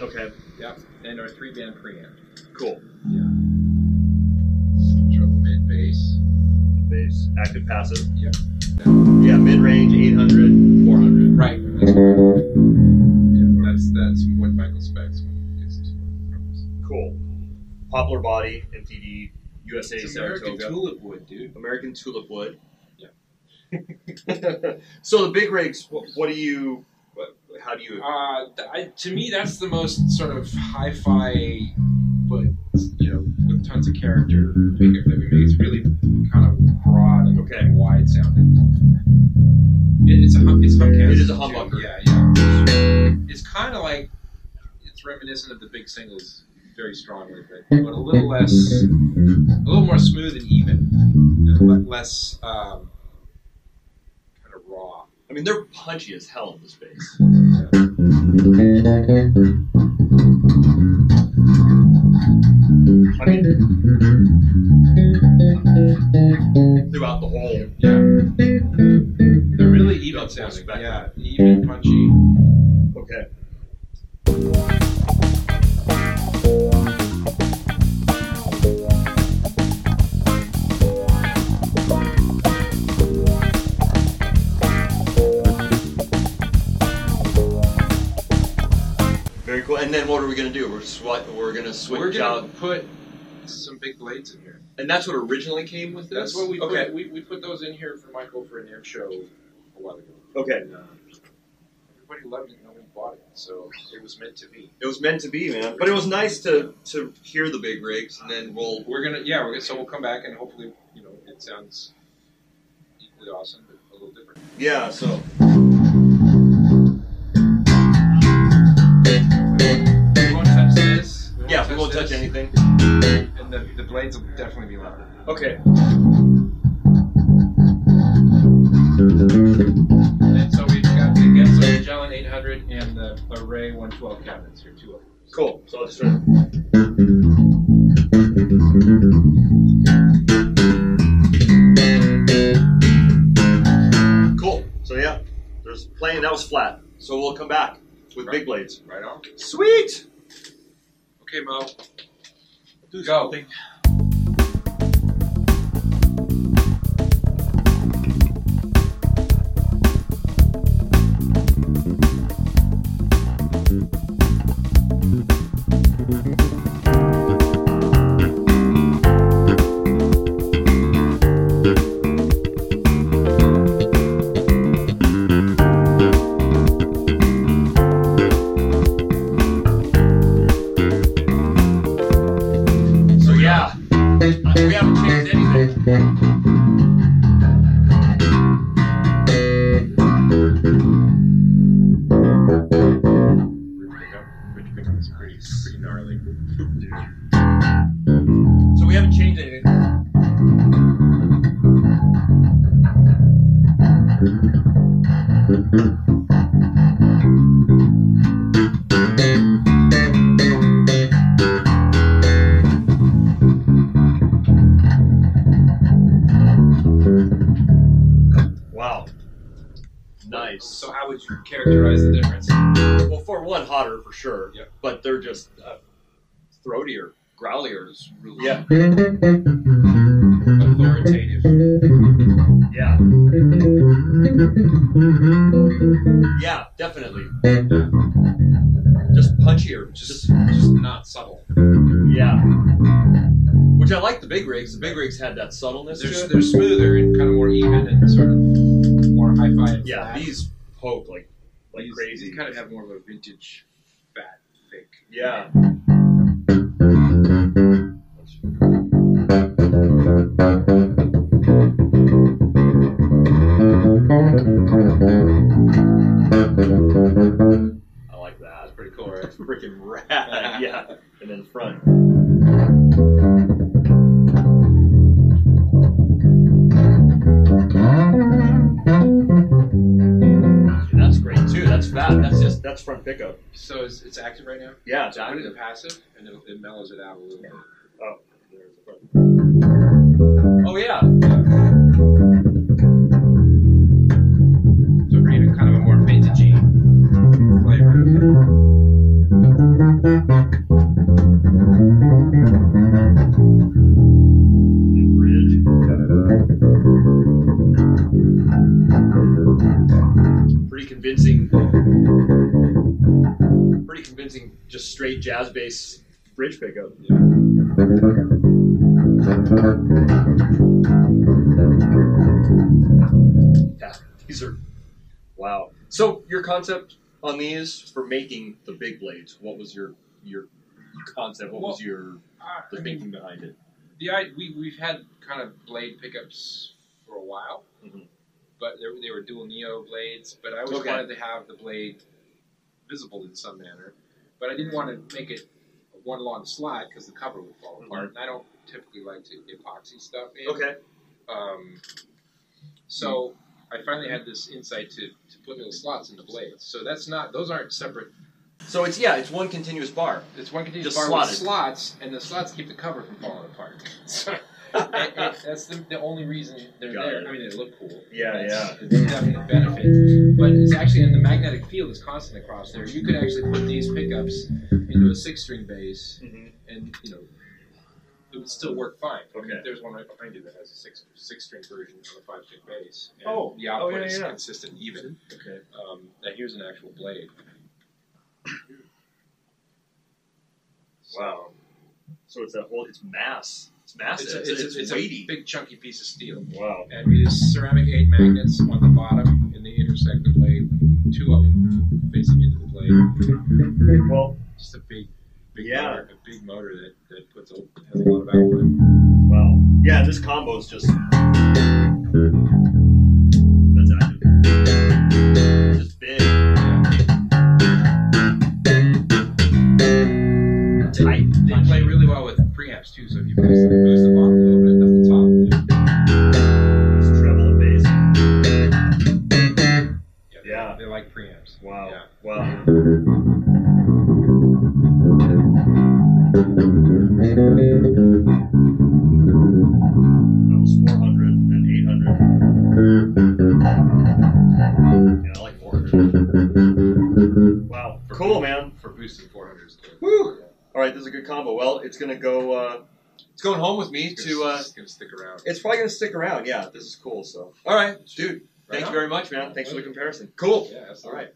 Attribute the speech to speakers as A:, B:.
A: Okay,
B: Yep. And our three band preamp.
A: cool.
B: Drum mid bass.
A: Bass, active, passive.
B: Yep.
A: Yeah, mid range, 800.
B: 400. Right. Yeah, that's that's what Michael Specs one is. It's
A: Cool. Poplar body, MTD, USA,
B: American
A: Saratoga.
B: tulip wood, dude.
A: American tulip wood.
B: Yeah.
A: so the big rigs. What, what do you? What, how do you?
B: Uh, th- I, to me, that's the most sort of hi-fi, but you know, with tons of character pickup that we make. It's really kind of broad and
A: Okay.
B: and wide sounding. It, it's a hum, it's humbucker.
A: It is a humbucker.
B: humbucker. Yeah, yeah. It's kind of like it's reminiscent of the big singles very strongly, but, but a little less, a little more smooth and even, and le- less um, kind of raw.
A: I mean, they're punchy as hell in this bass. I mean, throughout the whole.
B: Yeah, they're really even
A: That's
B: sounding.
A: respectful.
B: Yeah, even punchy.
A: Okay. Very cool. And then what are we gonna do? We're swi- we're gonna switch
B: We're gonna
A: out,
B: put some big blades in here.
A: and that's what originally came with this.
B: That's what we
A: okay.
B: put. We, we put those in here for Michael for an amp show a while ago.
A: Okay.
B: And, uh, everybody loved it. No one bought it, so it was meant to be.
A: It was meant to be, man. But it was nice to to hear the big rigs, and then we'll
B: We're gonna, yeah, we're gonna. So we'll come back and hopefully, you know, it sounds equally awesome, but a little different.
A: yeah. So
B: We won't touch this. won't
A: yeah, we won't touch
B: this,
A: anything.
B: And the, the blades will definitely be louder.
A: Okay.
B: And so we've got the Gensler Magellan 800 and the Array 112 cabinets here, two of them.
A: Cool. So I'll just start. Cool. So yeah, there's playing. That was flat. So we'll come back with big blades.
B: Right on.
A: Sweet.
B: Okay, Mo. Go.
A: So yeah, Uh, we haven't changed anything.
B: Rich pickup. Rich pickup is pretty, pretty gnarly.
A: So we haven't changed anything. Wow. Nice.
B: So how would you characterize the difference?
A: Well, for one, hotter for sure.
B: Yep.
A: But they're just uh, throatier, growlier.
B: It's really
A: Yeah.
B: authoritative.
A: Yeah. Yeah, definitely. Just punchier.
B: Just,
A: Just
B: just not subtle.
A: yeah. Which I like the big rigs. The big rigs had that subtleness
B: They're,
A: to
B: they're
A: it.
B: smoother and kind of more even and sort of more hi-fi. And
A: Yeah,
B: flat.
A: these poke like like
B: These-
A: crazy.
B: These kind of have more of a vintage, fat, thick.
A: yeah. I like that.
B: That's pretty cool, right?
A: Freaking rad. yeah. And then front. That's great too. That's fat. That's just that's front pickup.
B: So it's, it's active right now.
A: Yeah, it's
B: Put it
A: active.
B: in passive, and it, it mellows it out a little bit.
A: Oh, there's the front. Oh yeah.
B: So bringing a kind of a more vintagey flavor.
A: Pretty convincing, just straight jazz bass bridge pickup. Yeah, these are wow. So your concept on these for making the big blades, what was your your concept? What was your
B: I-
A: the
B: I mean,
A: thinking behind it?
B: the I, we we've had kind of blade pickups for a while,
A: Mhm.
B: but they, were- they were dual neo blades. But I always
A: Okay.
B: wanted to have the blade visible in some manner, but I didn't want to make it one long slide because the cover would fall
A: Mhm.
B: apart. And I don't typically like to epoxy stuff in.
A: Okay.
B: Um, so I finally had this insight to, to put little slots in the blades. So that's not; those aren't separate.
A: So it's yeah, it's one continuous bar.
B: It's one continuous
A: Just
B: bar
A: slotted.
B: with slots, and the slots keep the cover from falling apart. So it-
A: yeah,
B: it- that's the, the only reason they're
A: Got
B: there.
A: it.
B: I mean, they look cool.
A: yeah.
B: It's, it's definitely a benefit, but it's actually and the magnetic field is constant across there. You could actually put these pickups into a six-string bass,
A: hmm
B: and you know it would still work fine. I mean,
A: Okay.
B: there's one right behind you that has a six six-string version of a five-string bass. and
A: Oh.
B: the
A: Oh,
B: output
A: yeah,
B: is
A: yeah.
B: consistent, and even.
A: Okay.
B: Um, now here's an actual blade.
A: Wow. So it's that whole it's mass. It's massive.
B: It's
A: It's,
B: a,
A: it's,
B: it's, a, it's a
A: weighty.
B: big chunky piece of steel.
A: wow.
B: And we use ceramic eight magnets on the bottom in the intersect the blade, two of them facing into the blade.
A: Well,
B: Just a big, big
A: Yeah.
B: motor, a big motor that, that puts a, has a lot of output.
A: wow. Yeah, this combo is just. That's active. It's just big,
B: Yeah.
A: tight.
B: They play really well with preamps too, so if you boost, boost the bottom a little bit, that's the top.
A: It's treble and bass.
B: Yeah,
A: Yeah.
B: They, they like preamps.
A: Wow.
B: Yeah.
A: Wow. That was 400 and 800. Yeah, I like 400. Wow.
B: For-
A: Cool, man.
B: For boosting 400s.
A: Woo! All right, this is a good combo. Well, it's gonna go. Uh, it's going home with me
B: It's
A: to.
B: gonna-
A: Uh,
B: it's gonna stick around.
A: it's probably gonna stick around. Yeah, this is cool. So, all right, dude.
B: Right
A: Thank
B: on.
A: you very much, man. Thanks for the comparison. Cool.
B: Yeah, that's
A: All right.